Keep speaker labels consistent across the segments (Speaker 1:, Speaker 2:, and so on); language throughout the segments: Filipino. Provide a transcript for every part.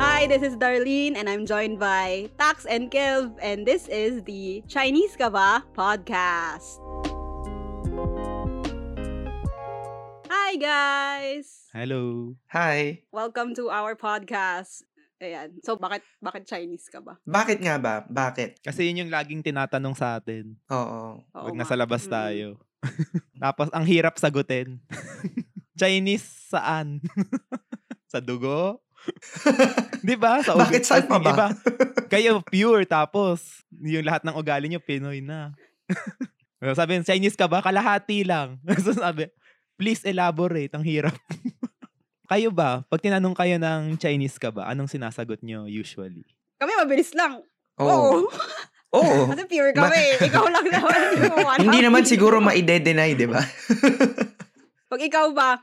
Speaker 1: Hi, this is Darlene, and I'm joined by Tax and Kev, and this is the Chinese Kaba podcast. Hi, guys!
Speaker 2: Hello.
Speaker 3: Hi!
Speaker 1: Welcome to our podcast. Ayan. So, bakit, bakit Chinese ka ba?
Speaker 3: Bakit nga ba? Bakit?
Speaker 2: Kasi yun yung laging tinatanong sa atin
Speaker 3: Oo.
Speaker 1: Oo
Speaker 2: pag
Speaker 1: nga.
Speaker 2: nasa labas
Speaker 1: Mm.
Speaker 2: tayo. Tapos ang hirap sagutin. Chinese saan? sa dugo? 'Di ba? Sa
Speaker 3: Bakit saan
Speaker 2: Tapos
Speaker 3: pa ba?
Speaker 2: yung iba, kayo pure tapos yung lahat ng ugali nyo Pinoy na. Well, sabi, Chinese ka ba? Kalahati lang. so sabi, please elaborate. Ang hirap. kayo ba? Pag tinanong kayo ng Chinese ka ba, anong sinasagot nyo usually?
Speaker 1: Kami mabilis lang.
Speaker 3: Oo.
Speaker 1: Oo. Ano
Speaker 3: Oh. Oo.
Speaker 1: Kasi pure
Speaker 3: Oh. Ma-
Speaker 1: kami. Ikaw lang naman. yung wala.
Speaker 3: Hindi naman siguro maide-deny, di ba?
Speaker 1: Pag ikaw ba?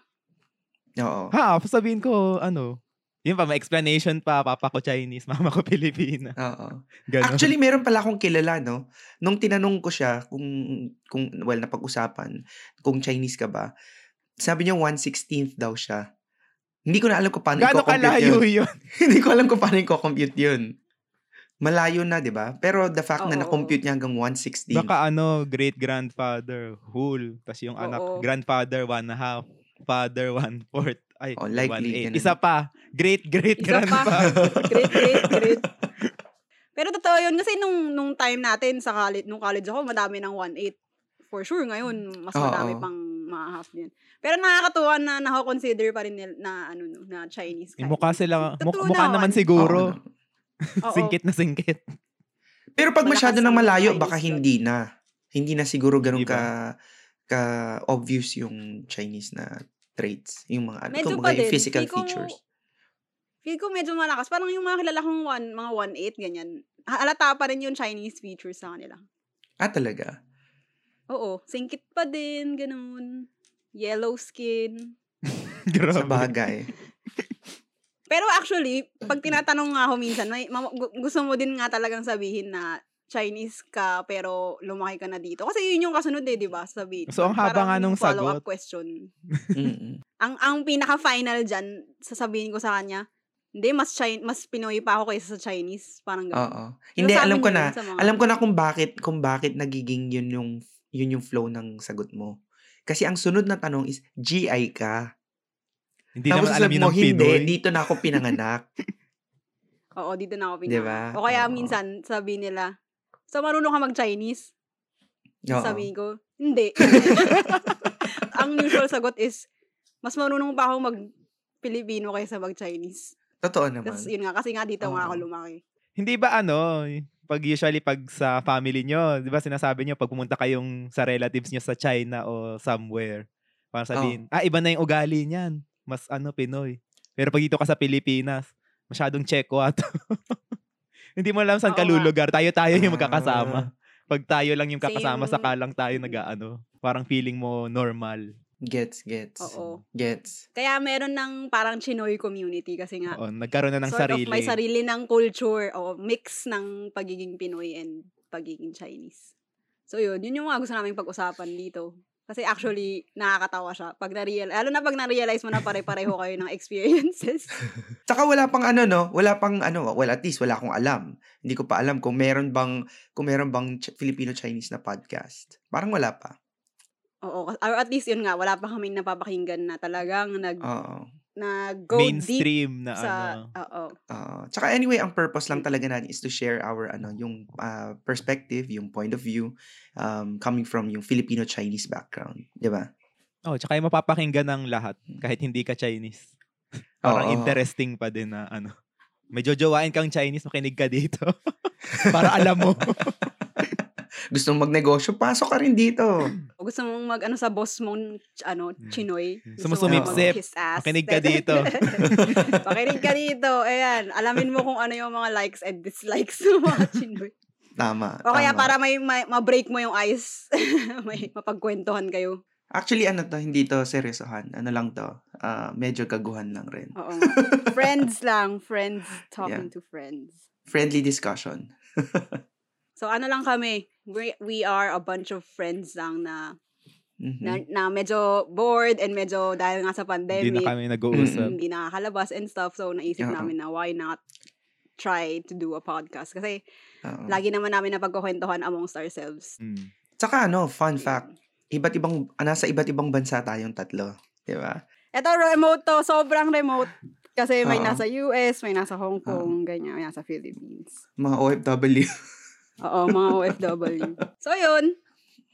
Speaker 3: Oo.
Speaker 2: Ha, sabihin ko, ano, yun pa, may explanation pa, papa ko Chinese, mama ko Pilipina.
Speaker 3: Oo.
Speaker 2: Ganun.
Speaker 3: Actually, meron pala akong kilala, no? Nung tinanong ko siya kung, kung well, napag-usapan, kung Chinese ka ba, sabi niya 116th daw siya. Hindi ko na alam kung paano
Speaker 2: Gaano
Speaker 3: i-compute
Speaker 2: kalayo
Speaker 3: yun.
Speaker 2: yun?
Speaker 3: Hindi ko alam kung paano i-compute yun. Malayo na, di ba? Pero the fact na
Speaker 1: Oo.
Speaker 3: na-compute niya hanggang 116.
Speaker 2: Baka ano, great-grandfather, whole. Tapos yung anak,
Speaker 1: Oo.
Speaker 2: grandfather, one half. Father, one fourth. Ay,
Speaker 3: Oh, likely,
Speaker 2: one eighth.
Speaker 3: ganun.
Speaker 2: Isa pa.
Speaker 1: Isa pa.
Speaker 2: Great-great-grandfather.
Speaker 1: Great, great, great. Pero totoo yun kasi nung nung time natin sa college, nung college ako, madami ng 1.8. For sure ngayon, mas
Speaker 3: Oo.
Speaker 1: madami pang maahas din. Pero nakakatuwa na nako-consider pa rin nil- na ano no, na Chinese.
Speaker 2: Eh, mukha sila,
Speaker 1: Totoo
Speaker 2: muk- mukha
Speaker 1: naman.
Speaker 2: naman
Speaker 3: Oo,
Speaker 2: siguro.
Speaker 3: no?
Speaker 1: Oo.
Speaker 2: singkit na singkit.
Speaker 3: Pero pag
Speaker 1: Malakas
Speaker 3: masyado
Speaker 1: ang
Speaker 3: ng malayo,
Speaker 1: Chinese
Speaker 3: baka
Speaker 1: doon.
Speaker 3: hindi na. Hindi na siguro ganun
Speaker 2: Hindi
Speaker 3: ka ka obvious yung Chinese na traits, yung mga ano,
Speaker 1: Medyo pa
Speaker 3: kumbaga yung
Speaker 1: din.
Speaker 3: physical
Speaker 1: Hindi ko-
Speaker 3: features.
Speaker 1: Feel ko medyo malakas. Parang yung mga kilala kong one, mga 1.8, ganyan. Halata pa rin yung Chinese features sa kanila.
Speaker 3: Ah, talaga?
Speaker 1: Oo. Singkit pa din, ganun. Yellow skin.
Speaker 2: Grabe.
Speaker 3: Sa bagay.
Speaker 1: Pero actually, pag tinatanong nga ako minsan, may, ma- gu- gusto mo din nga talagang sabihin na Chinese ka pero lumaki ka na dito. Kasi yun yung kasunod eh, di ba? Sabi.
Speaker 2: So, ang haba
Speaker 1: parang
Speaker 2: nga nung
Speaker 1: yung follow-up
Speaker 2: sagot.
Speaker 1: question.
Speaker 3: Mm-mm.
Speaker 1: Ang ang pinaka-final dyan, sasabihin ko sa kanya, hindi, mas, Chin- mas Pinoy pa ako kaysa sa Chinese. Parang gano'n.
Speaker 3: Oo. Oh, Hindi, alam ko na. Alam
Speaker 1: ko.
Speaker 3: ko na kung bakit, kung bakit nagiging yun yung, yun yung flow ng sagot mo. Kasi ang sunod na tanong is, GI ka.
Speaker 2: Hindi
Speaker 3: Tapos
Speaker 2: naman alam
Speaker 3: sabi
Speaker 2: yun
Speaker 3: mo,
Speaker 2: ng
Speaker 3: hindi,
Speaker 2: Pinoy.
Speaker 3: dito na ako pinanganak.
Speaker 1: Oo, dito na ako
Speaker 3: Di
Speaker 1: pinaka.
Speaker 3: ba?
Speaker 1: O kaya
Speaker 3: Oo.
Speaker 1: minsan, sabi nila, so marunong ka mag-Chinese?
Speaker 3: Oo.
Speaker 1: Sabihin ko, hindi. ang usual sagot is, mas marunong pa ako mag-Pilipino kaysa mag-Chinese.
Speaker 3: Totoo naman.
Speaker 1: Tapos yun nga, kasi nga dito nga ako
Speaker 3: Oo.
Speaker 1: lumaki.
Speaker 2: Hindi ba ano, pag usually pag sa family nyo, di ba sinasabi nyo pag pumunta kayong sa relatives nyo sa China o somewhere, para
Speaker 1: Oh.
Speaker 2: sabihin, ah, iba na yung ugali niyan. Mas ano, Pinoy. Pero pag dito ka sa Pilipinas, masyadong Tseko at hindi mo alam saan ka
Speaker 1: Oo nga.
Speaker 2: lulugar. Tayo-tayo yung
Speaker 3: Ah.
Speaker 2: magkakasama. Pag tayo lang yung kakasama,
Speaker 1: Same.
Speaker 2: saka lang tayo
Speaker 1: Mm.
Speaker 2: nag-ano. Parang feeling mo normal.
Speaker 3: Gets, gets.
Speaker 1: Oo.
Speaker 3: Gets.
Speaker 1: Kaya meron ng parang Chinoy community kasi nga,
Speaker 2: Oo, nagkaroon na ng
Speaker 1: sort
Speaker 2: sarili.
Speaker 1: of may sarili ng culture o mix ng pagiging Pinoy and pagiging Chinese. So yun, yun yung mga gusto naming pag-usapan dito. Kasi actually, nakakatawa siya. Pag na-real, lalo na pag na-realize mo na pare-pareho kayo ng experiences.
Speaker 3: Tsaka wala pang ano no, wala pang ano, well at least wala akong alam. Hindi ko pa alam kung meron bang kung meron bang Ch- Filipino-Chinese na podcast. Parang wala pa.
Speaker 1: Oo, or at least yun nga, wala pa kaming napapakinggan na talagang nag,
Speaker 3: Oo.
Speaker 1: nag-go deep
Speaker 2: mainstream Ah, na ano.
Speaker 1: sa, oo,
Speaker 3: Oo. Tsaka anyway, ang purpose lang talaga natin is to share our ano, yung ah, perspective, yung point of view um, coming from yung Filipino-Chinese background, 'di ba?
Speaker 2: Oh, tsaka yung mapapakinggan ng lahat kahit hindi ka Chinese. Parang
Speaker 3: Oo.
Speaker 2: interesting pa din na ano. May jojowain kang Chinese, makinig ka dito. Para alam mo.
Speaker 3: Gusto mong magnegosyo, pasok ka rin dito.
Speaker 1: O gusto mong mag, ano, sa boss mong, ch- ano,
Speaker 2: Mm.
Speaker 1: chinoy.
Speaker 2: Mm.
Speaker 1: Gusto mong
Speaker 3: Sumusumipsip.
Speaker 1: mag-kiss ass.
Speaker 2: Makinig ka dito.
Speaker 1: Makinig ka dito. Ayan, alamin mo kung ano yung mga likes and dislikes ng mga chinoy.
Speaker 3: Tama.
Speaker 1: O kaya
Speaker 3: tama.
Speaker 1: para may, may ma-break mo yung ice, may mapagkwentuhan kayo.
Speaker 3: Actually, ano to, hindi to seryosohan. Ano lang to, ah, medyo kaguhan lang rin.
Speaker 1: Oo. nga. friends lang, friends talking to friends.
Speaker 3: Friendly discussion.
Speaker 1: So ano lang kami, we, we are a bunch of friends lang na
Speaker 3: Mhm.
Speaker 1: na, na medyo bored and medyo dahil nga sa
Speaker 2: hindi
Speaker 1: pandemic,
Speaker 2: na kami nag-uusap.
Speaker 1: hindi nakakalabas and stuff. So, naisip
Speaker 3: Oo.
Speaker 1: namin na why not try to do a podcast. Kasi
Speaker 3: Oo.
Speaker 1: lagi naman namin napagkukwentuhan amongst ourselves.
Speaker 2: Mm.
Speaker 3: Saka ano, fun
Speaker 1: Yun.
Speaker 3: fact, iba't ibang, ah, nasa iba't ibang bansa tayong tatlo. Di ba?
Speaker 1: Ito, remote to. Sobrang remote. Kasi may
Speaker 3: Oo.
Speaker 1: nasa US, may nasa Hong Kong, ganyan, may nasa Philippines.
Speaker 3: Mga OFW.
Speaker 1: Oo, mga OFW. So, yun.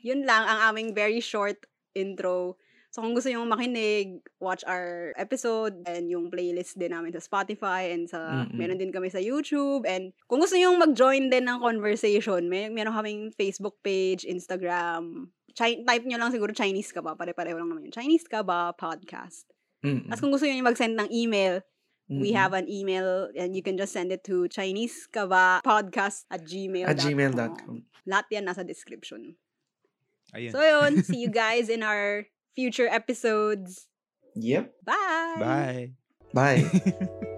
Speaker 1: Yun lang ang aming very short intro. So, kung gusto nyo makinig, watch our episode and yung playlist din namin sa Spotify and sa,
Speaker 3: Mm-mm.
Speaker 1: meron din kami sa YouTube. And kung gusto nyo mag-join din ng conversation, may, meron kaming Facebook page, Instagram. Chi- type nyo lang siguro Chinese ka ba? Pare-pareho lang naman yun. Chinese ka ba? Podcast.
Speaker 3: Mm-mm.
Speaker 1: Tapos kung gusto nyo mag-send ng email, we
Speaker 3: Mm. Mm-mm.
Speaker 1: have an email and you can just send it to Chinese Kaba podcast at gmail.com.
Speaker 3: at gmail.com.
Speaker 1: Lahat yan nasa description.
Speaker 2: Ayun.
Speaker 1: So yun, see you guys in our future episodes.
Speaker 3: Yep.
Speaker 1: Bye!
Speaker 2: Bye.
Speaker 3: Bye.